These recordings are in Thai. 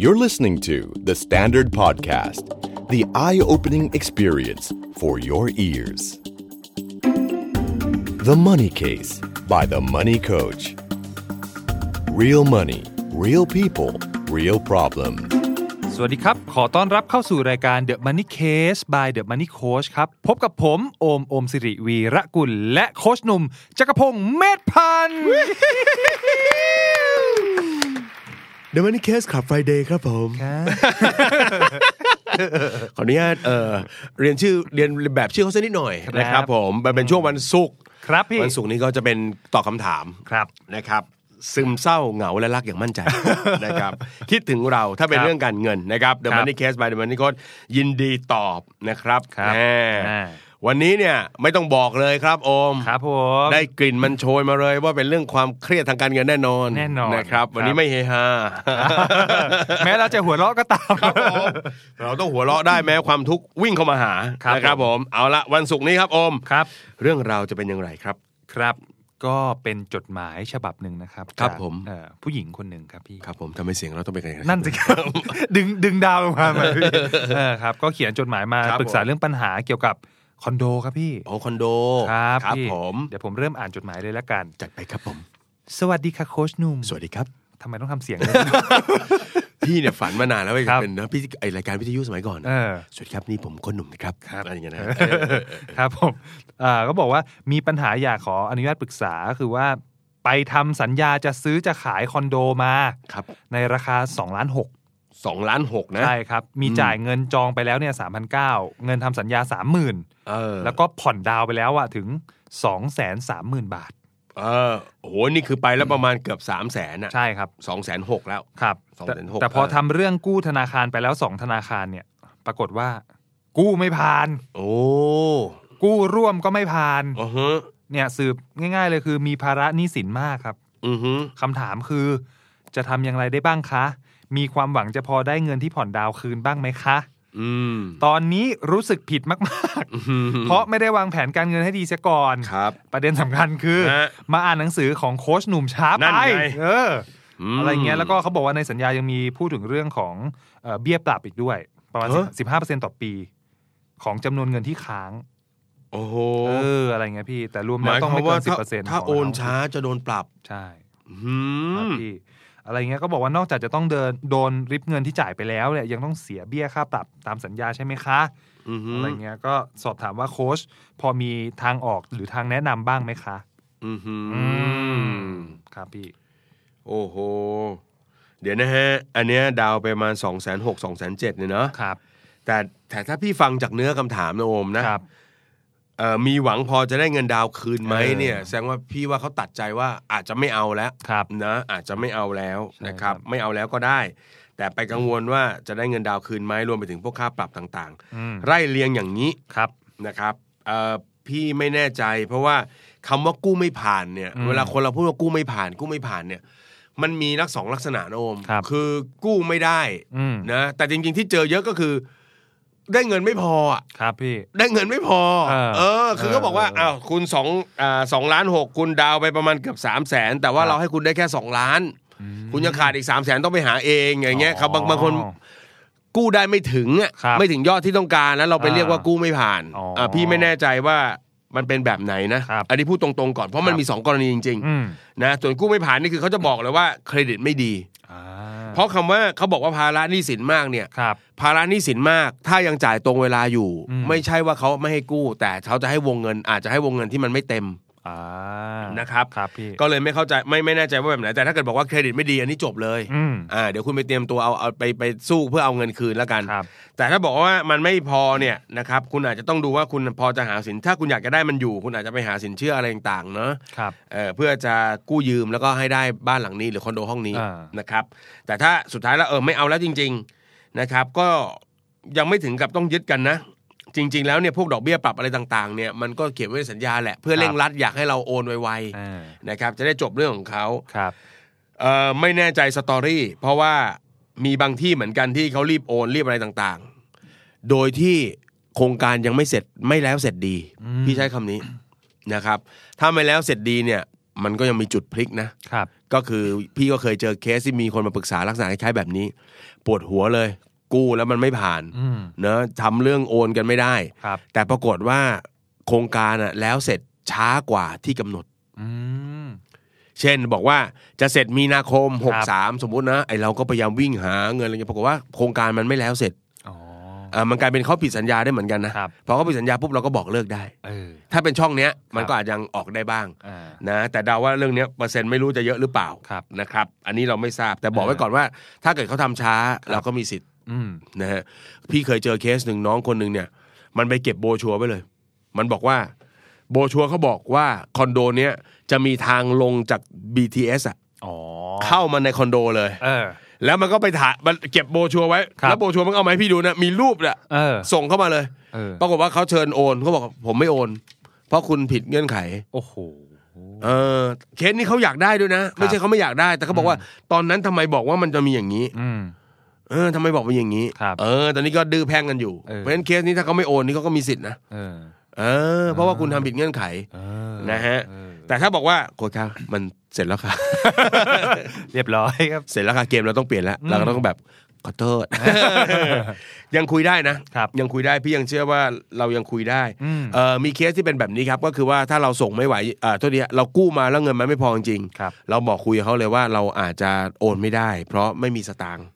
You're listening to The Standard Podcast, the eye opening experience for your ears. The Money Case by The Money Coach. Real money, real people, real problem. สวัสดีครับ ขอต้อนรับเข้าสู่รายการ The Money Case by The Money Coach ครับ พบกับผม โอม โอมสิริวีระกุล และโคชหนุ่ม จักรพงษ์เมธพันธ์ เดวันนี้เคสขับไฟเดย์ครับผม ขออนุญาตเอ่อเรียนชื่อเรียนแบบชื่อเขาสักนิดหน่อย ครับ นะครับผมมันเป็นช่วงวันศุกร์ ครับพี่ วันศุกร์นี้ก็จะเป็นตอบคำถาม ครับ นะครับ ซึมเศร้าเหงาและรักอย่างมั่นใจ นะครับ คิดถึงเราถ้าเป็น ครับ เรื่องการเงินนะครับ The ครับ Money Case by The Money Coach ยินดีตอบนะครับ ครับ แน่ อ่า วันนี้เนี่ยไม่ต้องบอกเลยครับโอม ครับผม ได้กลิ่นมันโชยมาเลยว่าเป็นเรื่องความเครียดทางการเงินแน่นอน แน่นอน นะครับ วัน ค นี้ รับ ไม่เฮฮา แม้เราจะหัวเราะก็ตาม ครับผมเราต้องหัวเราะได้แม้ความทุกข์วิ่งเข้ามาหา ครับ นะครับ ผ ผม มเอาละวันศุกร์นี้ครับอม ครับ เรื่องราวจะเป็นอย่างไรครับ ครับ ก็เป็นจดหมายฉบับหนึ่งนะครับ ครับ จาก ผม เอ่อผู้หญิงคนหนึ่งครับพี่ ครับผมทำให้เสียงเราต้องเป็นไงครับ นั่นสิครับ ดึงดึงดาวลงมาไหม พี่เออครับ ก็เขียนจดหมายมา ครับ ปรึกษา ผม เรื่องปัญหาเกี่ยวกับคอนโดครับพี่ โอ้คอนโด ครับ ครับ พี่ ผม เดี๋ยวผมเริ่มอ่านจดหมายเลยละกัน จัดไปครับผม สวัสดีค่ะโค้ชหนุ่ม สวัสดีครับ ทำไมต้องทำเสียงด้วย พี่เนี่ยฝันมานานแล้วไป ครับ เป็นนะพี่ไอรายการวิทยุสมัยก่อน เออ สวัสดีครับนี่ผมคนหนุ่มนะครับอะไรอย่างเงี้ยนะ ครับผมอ่าก็บอกว่ามีปัญหาอยากขออนุญาตปรึกษาคือว่า ไปทำสัญญาจะซื้อจะขายคอนโดมา ครับ ในราคา2ล้านหก สองล้านหกนะ ใช่ครับ มี อืม จ่ายเงินจองไปแล้วเนี่ยสามพันเก้าเงินทำสัญญา 30,000 เออ แล้วก็ผ่อนดาวน์ไปแล้วอะถึง 2 3 0 0 0 0 บาท เออโอ้โหนี่คือไปแล้วประมาณเกือบสามแสนอ่ะ ใช่ครับ สองแสนหกแล้ว ครับ สอง แต่ แสนหก แต่พอ เออ ทำเรื่องกู้ธนาคารไปแล้วสองธนาคารเนี่ย ปรากฏว่า กู้ไม่ผ่าน โอ้ กู้ร่วมก็ไม่ผ่าน อือฮะ เนี่ยสืบง่าย ๆ เลยคือมีภาระหนี้สินมากครับ อือฮะ คำถามคือ จะทำอย่างไรได้บ้างคะ มีความหวังจะพอได้เงินที่ผ่อนดาวคืนบ้างไหมคะ อืม ตอนนี้รู้สึกผิดมากๆ เพราะไม่ได้วางแผนการเงินให้ดีเสียก่อน ครับ ประเด็นสำคัญคือ ฮะ มาอ่านหนังสือของโค้ชหนุ่มช้า นั่ ไป นไง เออ อะไรเงี้ยแล้วก็เขาบอกว่าในสัญญายังมีพูดถึงเรื่องของเอ่อเบี้ยปรับอีกด้วย ประมาณ เอ้อ สิบห้าเปอร์เซ็นต่อปี ของจำนวนเงินที่ค้าง โอ้โห เอออะไรเงี้ยพี่ แต่รวม ห แล้ว มาย ต้อง ความ ไม่ ว่า เกินสิบ ถ้า เปอร์เซ็นต์ ถ้าโอนช้าจะโดนปรับ ใช่ อื ครับ ม พี่อะไรเงี้ยก็บอกว่านอกจากจะต้องเดินโดนริบเงินที่จ่ายไปแล้วเนี่ยยังต้องเสียเบี้ยค่าปรับตามสัญญาใช่ไหมคะ อือฮึ อะไรเงี้ยก็สอบถามว่าโค้ชพอมีทางออกหรือทางแนะนำบ้างไหมคะ อือฮึ ครับพี่ โอ้โห เดี๋ยวนะฮะ อันเนี้ยดาวไปประมาณสองแสนหกสองแสนเจ็ดเนี่ยเนาะ ครับ แต่แต่ถ้าพี่ฟังจากเนื้อคำถามนะโอมนะครับ เอ่อมีหวังพอจะได้เงินดาวคืนไหม เออ เนี่ย แสดงว่าพี่ว่าเขาตัดใจว่าอาจจะไม่เอาแล้ว ครับ นะอาจจะไม่เอาแล้ว ใช่ นะครับ ครับ ไม่เอาแล้วก็ได้ แต่ไปกังวลว่าจะได้เงินดาวคืนไหมรวมไปถึงพวกค่าปรับต่าง อืม ๆ ไร่เลียงอย่างนี้ ครับ นะครับเอ่อพี่ไม่แน่ใจ เพราะว่าคำว่ากู้ไม่ผ่านเนี่ย อืม เวลาคนเราพูดว่ากู้ไม่ผ่าน กู้ไม่ผ่านเนี่ย มันมีลักสองลักษณะนะโอม ครับ อกู้ไม่ได้ อืม นะแต่จริงๆที่เจอเยอะก็คือ ได้เงินไม่พออะ ครับพี่ ได้เงินไม่พอ เออ เออ คือเขาบอกว่า เออเออ อ้าวคุณสองอ่าสองล้านหกคุณดาวไปประมาณเกือบสามแสนแต่ว่า ครับ เราให้คุณได้แค่สองล้าน อืม คุณยังขาดอีกสามแสนต้องไปหาเองอย่างเงี้ยครับบางบางคน อ๋อ กู้ได้ไม่ถึงอ่ะ ครับ ไม่ถึงยอดที่ต้องการแล้วเราไป อ่า เรียกว่ากู้ไม่ผ่าน อ๋ออ่ ะพี่ไม่แน่ใจว่ามันเป็นแบบไหนนะครับ อันนี้พูดตรงๆก่อนเพราะมัคนรับ มีสองกรณีจริง อืม ๆนะส่วนกู้ไม่ผ่านนี่คือเขาจะบอกเลยว่าเครดิตไม่ดี อ่า เพราะคำว่าเขาบอกว่าภาระหนี้สินมากเนี่ย ครับ ภาระหนี้สินมาก ถ้ายังจ่ายตรงเวลาอยู่ อืม ไม่ใช่ว่าเขาไม่ให้กู้ แต่เขาจะให้วงเงิน อาจจะให้วงเงินที่มันไม่เต็ม อ่า นะครับ ครับพี่ ก็เลยไม่เข้าใจไม่ไม่แน่ใจว่าแบบไหนแต่ถ้าเกิดบอกว่าเครดิตไม่ดีอันนี้จบเลย อืม อ่าเดี๋ยวคุณไปเตรียมตัวเอาเอาไปไปสู้เพื่อเอาเงินคืนแล้วกัน ครับ แต่ถ้าบอกว่ามันไม่พอเนี่ยนะครับคุณอาจจะต้องดูว่าคุณพอจะหาสินถ้าคุณอยากจะได้มันอยู่ คุณอาจจะไปหาสินเชื่ออะไรต่างๆเนาะ ครับ เอ่อเพื่อจะกู้ยืมแล้วก็ให้ได้บ้านหลังนี้หรือคอนโดห้องนี้ อ่า นะครับแต่ถ้าสุดท้ายแล้วเออไม่เอาแล้วจริง ๆนะครับ ก็ยังไม่ถึงกับต้องยึดกันนะ จริง ๆ แล้วเนี่ยพวกดอกเบี้ยปรับอะไรต่างๆเนี่ยมันก็เขียนไว้ในสัญญาแหละเพื่อเร่งรัดอยากให้เราโอนไว อ่า ๆนะครับจะได้จบเรื่องของเขา ครับ เอ่อไม่แน่ใจสตอรี่เพราะว่ามีบางที่เหมือนกันที่เขารีบโอนรีบอะไรต่างๆ โดยที่โครงการยังไม่เสร็จไม่แล้วเสร็จดี พี่ใช้คำนี้นะครับ ถ้าไม่แล้วเสร็จดีเนี่ย มันก็ยังมีจุดพลิกนะ ครับ ก็คือพี่ก็เคยเจอเคสที่มีคนมาปรึกษาลักษณะคล้ายๆแบบนี้ ปวดหัวเลย กู้แล้วมันไม่ผ่าน อืม เนอะทำเรื่องโอนกันไม่ได้ ครับ แต่ปรากฏว่าโครงการอะแล้วเสร็จช้ากว่าที่กำหนด อืม เช่นบอกว่าจะเสร็จมีนาคม ครั 63 สมมุตินะไอเราก็พยายามวิ่งหาเงินอะไรเงี้ยปรากฏว่าโครงการมันไม่แล้วเสร็จ อ๋อ อ่ามันกลายเป็นเขาผิดสัญญาได้เหมือนกันนะครับ พอเขาผิดสัญญาปุ๊บเราก็บอกเลิกได้ เออ ถ้าเป็นช่องเนี้ยมัน ครับ ก็อาจยังออกได้บ้าง อ่า นะแต่เดาว่าเรื่องเนี้ยเปอร์เซ็นต์ไม่รู้จะเยอะหรือเปล่า ครับ นะครับ อันนี้เราไม่ทราบแต่บอกไว้ก่อนว่า ถ้าเกิดเขาทำช้า ครับ เราก็มีสิทธิ์ อืม นะฮะพี่เคยเจอเคสหนึ่งน้องคนหนึ่งเนี่ย มันไปเก็บโบรชัวร์ไว้เลย มันบอกว่าโบรชัวร์เขาบอกว่าคอนโดเนี้ยจะมีทางลงจาก BTS อะ อ๋อ เข้ามาในคอนโดเลย เออ แล้วมันก็ไปถ่ายมันเก็บโบรชัวร์ไว้ ครับ แล้วโบรชัวร์มันก็เอามาให้พี่ดูนะมีรูปน่ะ เออ ส่งเข้ามาเลย เออ ปรากฏว่าเขาเชิญโอนเขาบอกผมไม่โอน เพราะคุณผิดเงื่อนไข โอ้โห เออเคสนี้เขาอยากได้ด้วยนะ ไม่ใช่เขาไม่อยากได้ แต่เขาบอกว่า ตอนนั้นทำไมบอกว่ามันจะมีอย่างนี้ อืม เออทำไมบอกว่าอย่างนี้ ครับ เออ ตอนนี้ก็ดื้อแพงกันอยู่ เออ เพราะฉะนั้นเคสนี้ถ้าเขาไม่โอนนี่เขาก็มีสิทธินะ เออ เออ เพราะว่าคุณทำผิดเงื่อนไข เออ นะฮะ เออ แต่ถ้าบอกว่าโกดครับมันเสร็จแล้วค่ะ เรียบร้อยครับ เสร็จแล้วค่ะเกมเราต้องเปลี่ยนแล้ว อืม เราก็ต้องแบบขอโท ษ ยังคุยได้นะครับ ยังคุยได้พี่ยังเชื่อว่าเรายังคุยได้ อืม เอ่อมีเคสที่เป็นแบบนี้ครับก็คือว่าถ้าเราส่งไม่ไหวเอ่อโทษทีเรากู้มาแล้วเงินมันไม่พอจริง ครับ ๆเราบอกคุยกับเขาเลยว่าเราอาจจะโอนไม่ได้ เพราะไม่มีสตางค์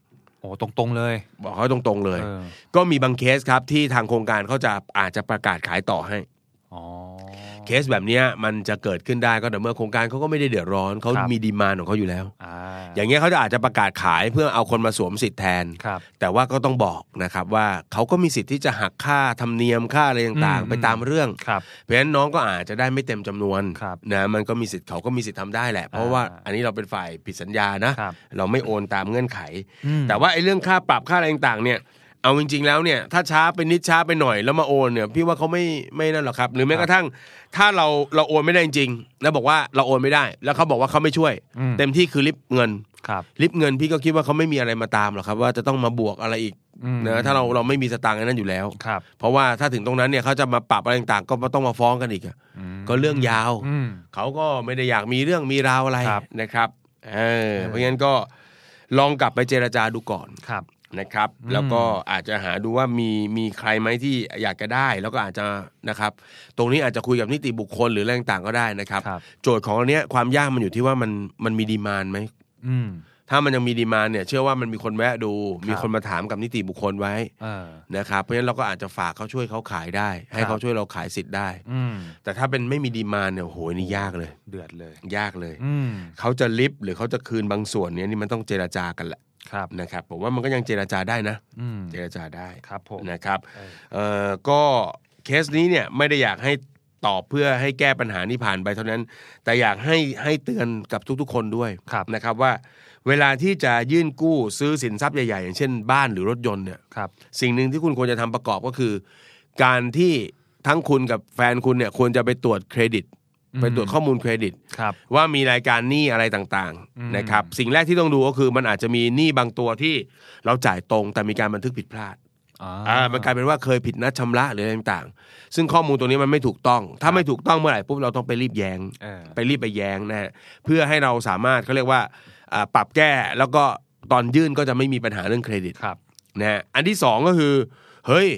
โอ้ตรงๆเลย บอกเขาตรงๆเลย เออ ก็มีบางเคสครับที่ทางโครงการเขาจะอาจจะประกาศขายต่อให้ อ๋อ เคสแบบเนี้ยมันจะเกิดขึ้นได้ก็แต่อเมื่อโครงการเขาก็ไม่ได้เดือดร้อนเขา ครับ มีดีมานของเขาอยู่แล้ว อ่า อย่างเงี้ยเขาจะอาจจะประกาศขายเพื่อเอาคนมาสวมสิทธิ์แทน ครับ แต่ว่าก็ต้องบอกนะครับว่าเขาก็มีสิทธิ์ที่จะหักค่าธรรมเนียมค่าอะไรต่าง อืม ๆ ไปตามเรื่อง ครับ เพราะฉะนั้นน้องก็อาจจะได้ไม่เต็มจำนวน ครับ นะมันก็มีสิทธิ์เขาก็มีสิทธิ์ทำได้แหละ เพราะว่า อ่า อันนี้เราเป็นฝ่ายผิดสัญญานะ ครับ เราไม่โอนตามเงื่อนไข อืม แต่ว่าไอ้เรื่องค่าปรับค่าอะไรต่างๆเนี่ยเอาจริงๆแล้วเนี่ยถ้าช้าไปนิดช้าไปหน่อยแล้วมาโอนเนี่ยพี่ว่าเขาไม่ไม่นั่นหรอกครับ หรือแม้กระทั่ง ถ้าเราเราโอนไม่ได้จริงๆแล้วบอกว่าเราโอนไม่ได้ แล้วเขาบอกว่าเขาไม่ช่วย อืม เต็มที่คือริบเงิน ครับ ลิฟต์เงินพี่ก็คิดว่าเขาไม่มีอะไรมาตามหรอกครับ ว่าจะต้องมาบวกอะไรอีก อืม นะถ้าเราเราไม่มีสตางค์อันนั้นอยู่แล้ว ครับ เพราะว่าถ้าถึงตรงนั้นเนี่ยเขาจะมาปรับอะไรต่างๆ ก็ต้องมาฟ้องกันอีกอะ อืม ก็เรื่องยาว อืม เขาก็ไม่ได้อยากมีเรื่องมีราวอะไร ครับ นะครับเออเพราะงั้นก็ลองกลับไปเจรจาดูก่อน ครับ นะครับ อืม แล้วก็อาจจะหาดูว่ามีมีใครไหมที่อยากจะได้ แล้วก็อาจจะนะครับ ตรงนี้อาจจะคุยกับนิติบุคคลหรืออะไรต่างๆก็ได้นะครับ ครับ โจทย์ของอันเนี้ยความยากมันอยู่ที่ว่ามันมันมีดีมานไหม อืม ถ้ามันยังมีดีมานเนี่ยเชื่อว่ามันมีคนแวะดู ครับ มีคนมาถามกับนิติบุคคลไว้ เออ นะครับเพราะฉะนั้นเราก็อาจจะฝากเขาช่วยเขาขายได้ ให้ ครับ เขาช่วยเราขายสิทธิ์ได้ อืม แต่ถ้าเป็นไม่มีดีมานเนี่ยโอ้โหนี่ยากเลย เดือดเลย ยากเลย อืม เขาจะลิฟต์หรือเขาจะคืนบางส่วนเนี่ยนี่มันต้องเจรจากันแหละ ครับ นะครับผมว่ามันก็ยังเจรจาได้นะ อืม เจรจาได้ ครับผม นะครับ เออ เอ่อก็เคสนี้เนี่ยไม่ได้อยากให้ตอบเพื่อให้แก้ปัญหานี้ผ่านไปเท่านั้น แต่อยากให้ให้เตือนกับทุกๆ คนด้วย ครับ นะครับว่าเวลาที่จะยื่นกู้ซื้อสินทรัพย์ใหญ่ๆ อย่างเช่นบ้านหรือรถยนต์เนี่ย ครับ สิ่งหนึ่งที่คุณควรจะทำประกอบก็คือ การที่ทั้งคุณกับแฟนคุณเนี่ยควรจะไปตรวจเครดิต อืม ไปตรวจข้อมูลเครดิต ครับ ว่ามีรายการหนี้อะไรต่าง อืม ๆนะครับสิ่งแรกที่ต้องดูก็คือมันอาจจะมีหนี้บางตัวที่เราจ่ายตรงแต่มีการบันทึกผิดพลาด อ่า อ่ามันกลายเป็นว่าเคยผิดนัดชำระหรืออะไรต่างๆ ซึ่งข้อมูลตัวนี้มันไม่ถูกต้อง ถ้าไม่ถูกต้องเมื่อไหร่ปุ๊บเราต้องไปรีบแย้ง เออ ไปรีบไปแย้งนะฮะเพื่อให้เราสามารถเขาเรียกว่าอ่าปรับแก้แล้วก็ตอนยื่นก็จะไม่มีปัญหาเรื่องเครดิต ครับ นะฮะอันที่สองก็คือเฮ้ย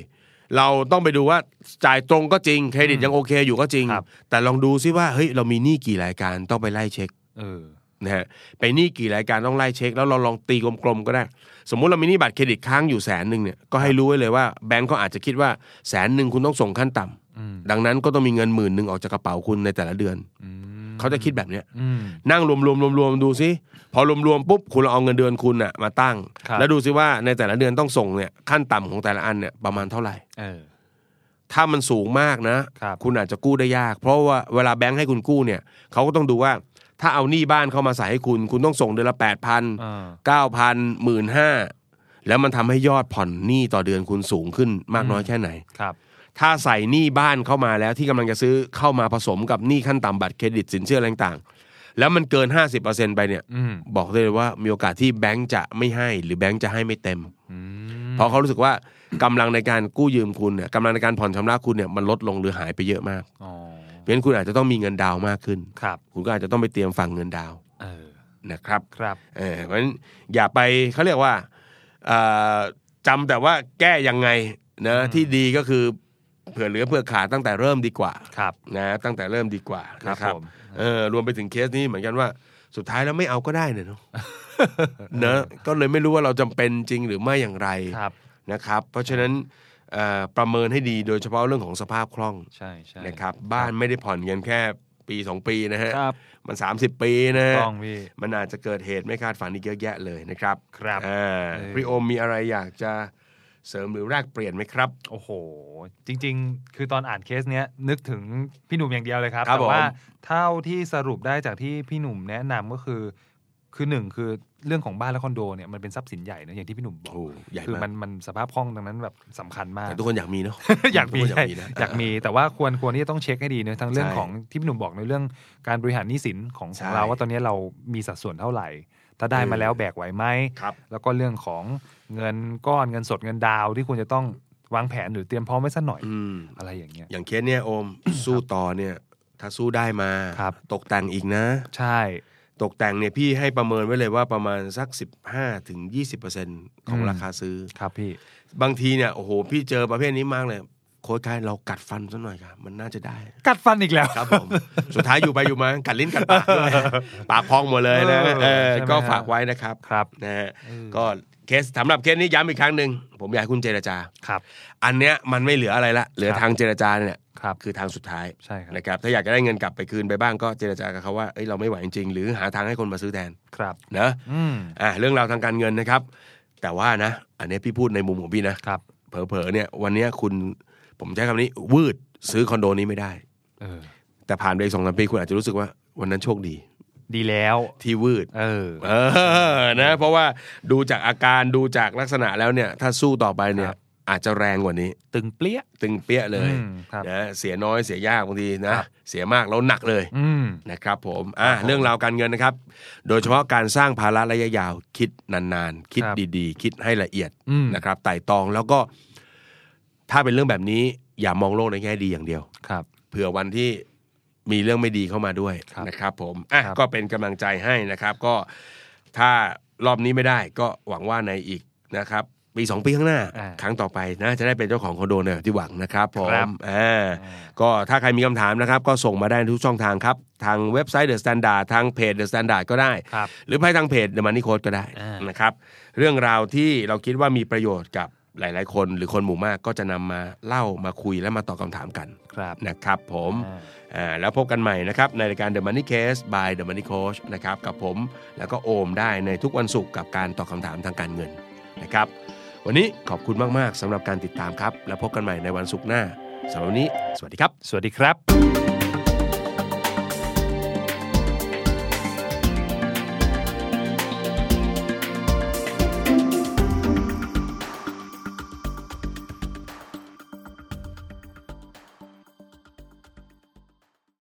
เราต้องไปดูว่าจ่ายตรงก็จริงเครดิตยังโอเคอยู่ก็จริง ครับ แต่ลองดูซิว่าเฮ้ยเรามีหนี้กี่รายการต้องไปไล่เช็ค เออ นะฮะไปหนี้กี่รายการต้องไล่เช็ค แล้วเราลองตีกลมๆก็ได้ สมมุติเรามีหนี้บัตรเครดิตค้างอยู่แสนหนึ่งเนี่ยก็ให้รู้ไว้เลยว่าแบงก์เขาอาจจะคิดว่าแสนหนึ่งคุณต้องส่งขั้นต่ำ อืม ดังนั้นก็ต้องมีเงินหมื่นหนึ่งออกจากกระเป๋าคุณในแต่ละเดือน อืม เขาจะคิดแบบเนี้ย อืม นั่งรวมๆรวมๆดูซิพอรวมๆปุ๊บคุณเอาเงินเดือนคุณน่ะมาตั้ง ครับ แล้วดูซิว่าในแต่ละเดือนต้องส่งเนี่ยขั้นต่ำของแต่ละอันเนี่ยประมาณเท่าไหร่ เออ ถ้ามันสูงมากนะครับ ณอาจจะกู้ได้ยาก เพราะว่าเวลาแบงค์ให้คุณกู้เนี่ยเขาก็ต้องดูว่า ถ้าเอาหนี้บ้านเข้ามาใส่ให้คุณ คุณต้องส่งเดือนละแปดพัน เออ เก้าพันหมื่นห้าแล้วมันทำให้ยอดผ่อนหนี้ต่อเดือนคุณสูงขึ้นมากน้อยแค่ไหน ครับ ถ้าใส่หนี้บ้านเข้ามาแล้วที่กำลังจะซื้อเข้ามาผสมกับหนี้ขั้นต่ำบัตรเครดิตสินเชื่ออะไรต่างๆแล้วมันเกิน 50%ไปเนี่ย อืม บอกได้เลยว่ามีโอกาสที่แบงก์จะไม่ให้หรือแบงก์จะให้ไม่เต็ม อืม เพราะเขารู้สึกว่ากำลังในการกู้ยืมคุณเนี่ยกำลังในการผ่อนชำระคุณเนี่ยมันลดลงหรือหายไปเยอะมาก อ๋อ เพราะฉะนั้นคุณอาจจะต้องมีเงินดาวน์มากขึ้น ครับ คุณก็อาจจะต้องไปเตรียมฝั่งเงินดาวน์ เออ นะครับ ครับ เออเพราะฉะนั้นอย่าไปเขาเรียกว่าเอ่อจำแต่ว่าแก้ยังไงนะที่ดีก็คือเผื่อเหลือเผื่อขาดตั้งแต่เริ่มดีกว่า ครับ นะตั้งแต่เริ่มดีกว่านะค ครั รับบ ผม เออรวมไปถึงเคสนี้เหมือนกันว่าสุดท้ายแล้วไม่เอาก็ได้ เนี่ยเนาะ เนอะก็เลยไม่รู้ว่าเราจำเป็นจริงหรือไม่อย่างไร ครับ นะครับเพราะฉะนั้นเอ่อประเมินให้ดีโดยเฉพาะเรื่องของสภาพคล่อง ใช่ใช่ นะครับบ้านไม่ได้ผ่อนเงินแค่ปีสองปีนะฮะ ครับ มัน 30 ปีนะฮะ ต้องพี่ มันอาจจะเกิดเหตุไม่คาดฝันอีกเยอะแยะเลยนะครับ ครับ อ่า เออ พี่โอมมีอะไรอยากจะเสริมหรือแลกเปลี่ยนไหมครับ โอ้โห จริง ๆ คือตอนอ่านเคสเนี้ยนึกถึงพี่หนุ่มอย่างเดียวเลยครับ ครับ แต่ว่า ผม เท่าที่สรุปได้จากที่พี่หนุ่มแนะนำก็คือ คือหนึ่งคือเรื่องของบ้านและคอนโดเนี่ยมันเป็นทรัพย์สินใหญ่นะอย่างที่พี่หนุ่มบอก โอ้ใหญ่มาก คือมันมันสภาพคล่องดังนั้นแบบสำคัญมาก แต่ทุกคนอยากมีเนาะ อยากมี ทุกคนอยากมีนะ อยากมีแต่ว่าควรควรที่จะต้องเช็คให้ดีเนอะทั้งเรื่อง ใช่ ของที่พี่หนุ่มบอกในเรื่องการบริหารหนี้สินของข ใช่ องเราว่าตอนนี้เรามีสัดส่วนเท่าไหร่ ถ้าได้มาแล้วแบกไหวไหม ครับ แล้วก็เรื่องของเงินก้อนเงินสดเงินดาวที่ควรจะต้องวางแผนหรือเตรียมพร้อมไว้สักหน่อย อืม อะไรอย่างเงี้ย อย่างเคสเนี่ยโอม สู้ต่อเนี่ยถ้าสู้ได้มา ครับ ตกแต่งอีกนะ ใช่ ตกแต่งเนี่ยพี่ให้ประเมินไว้เลยว่าประมาณสัก 15-20%ของราคาซื้อ ครับพี่ บางทีเนี่ยโอ้โหพี่เจอประเภทนี้มากเลย โค้ชครับเรากัดฟันซะหน่อยครับมันน่าจะได้ กัดฟันอีกแล้ว ครับผม สุดท้ายอยู่ไปอยู่มากัดลิ้นกัดปากด้วยปากพองหมดเลยนะ เออ เออ ใช่ไหม ก็ ฮะ ฝากไว้นะครับ ครับ นะฮะก็เคสสำหรับเคสนี้ย้ำอีกครั้งหนึ่งผมอยากให้คุณเจรจา ครับ อันเนี้ยมันไม่เหลืออะไรละเหลือ ครับ ทางเจรจาเนี่ย ครับ คือทางสุดท้าย ใช่ครับ นะครับถ้าอยากจะได้เงินกลับไปคืนไปบ้างก็เจรจากับเขาว่าเอ้ยเราไม่ไหวจริงๆหรือหาทางให้คนมาซื้อแทน ครับ นะ อืม อ่ะเรื่องราวทางการเงินนะครับ แต่ว่านะ อันเนี้ยพี่พูดในมุมของพี่นะ ครับ เผลอๆเนี่ยวันเนี้ยคุณผมใช้คำนี้วืดซื้อคอนโดนี้ไม่ได้ เออ แต่ผ่านไปอีกสองสามปีคุณอาจจะรู้สึกว่าวันนั้นโชคดี ดีแล้ว ที่วืด เออ เออนะเพราะว่าดูจากอาการดูจากลักษณะแล้วเนี่ย ถ้าสู้ต่อไปคเนี่ย รับ อาจจะแรงกว่านี้ ตึงเปรี้ย ตึงเปี้ยเลย อืมครับ นะเสียน้อยเสียยากบางทีนะครับ เสียมากแล้วหนักเลย อืม นะครับผมอ่ะเรื่องราวการเงินนะครับ โดยเฉพาะการสร้างภาระระยะยาวคิดนานๆ คิด ครับ ดีๆ คิดให้ละเอียด อืม นะครับไต่ตองแล้วก็ ถ้าเป็นเรื่องแบบนี้ อย่ามองโลกในแง่ดีอย่างเดียว ครับ เผื่อวันที่มีเรื่องไม่ดีเข้ามาด้วย ครับ นะครับผมอ่ะ ครับ ก็เป็นกำลังใจให้นะครับ ก็ถ้ารอบนี้ไม่ได้ก็หวังว่าในอีกนะครับปีสองปีข้างหน้า อ่า ครั้งต่อไปนะจะได้เป็นเจ้าของคอนโดในแบบที่หวังนะครับผ ครั ม บ อ่าก็ถ้าใครมีคำถามนะครับ ก็ส่งมาได้ทุกช่องทางครับ ทางเว็บไซต์ The Standard ทางเพจ The Standard ก็ได้ ครับ หรือไปทางเพจ The Money Code ก็ได้ อ่าน นะครับ เรื่องราวที่เราคิดว่ามีประโยชน์กับหลาย ๆ คนหรือคนหมู่มากก็จะนำมาเล่ามาคุยและมาตอบคำถามกัน ครับ นะครับผม อ่า อ่าแล้วพบกันใหม่นะครับ ในรายการ The Money Case by The Money Coach นะครับกับผมแล้วก็โอมได้ในทุกวันศุกร์กับการตอบคำถามทางการเงินนะครับวันนี้ขอบคุณมาก ๆสำหรับการติดตามครับ แล้วพบกันใหม่ในวันศุกร์หน้าสำหรับวันนี้ สวัสดีครับ สวัสดีครับ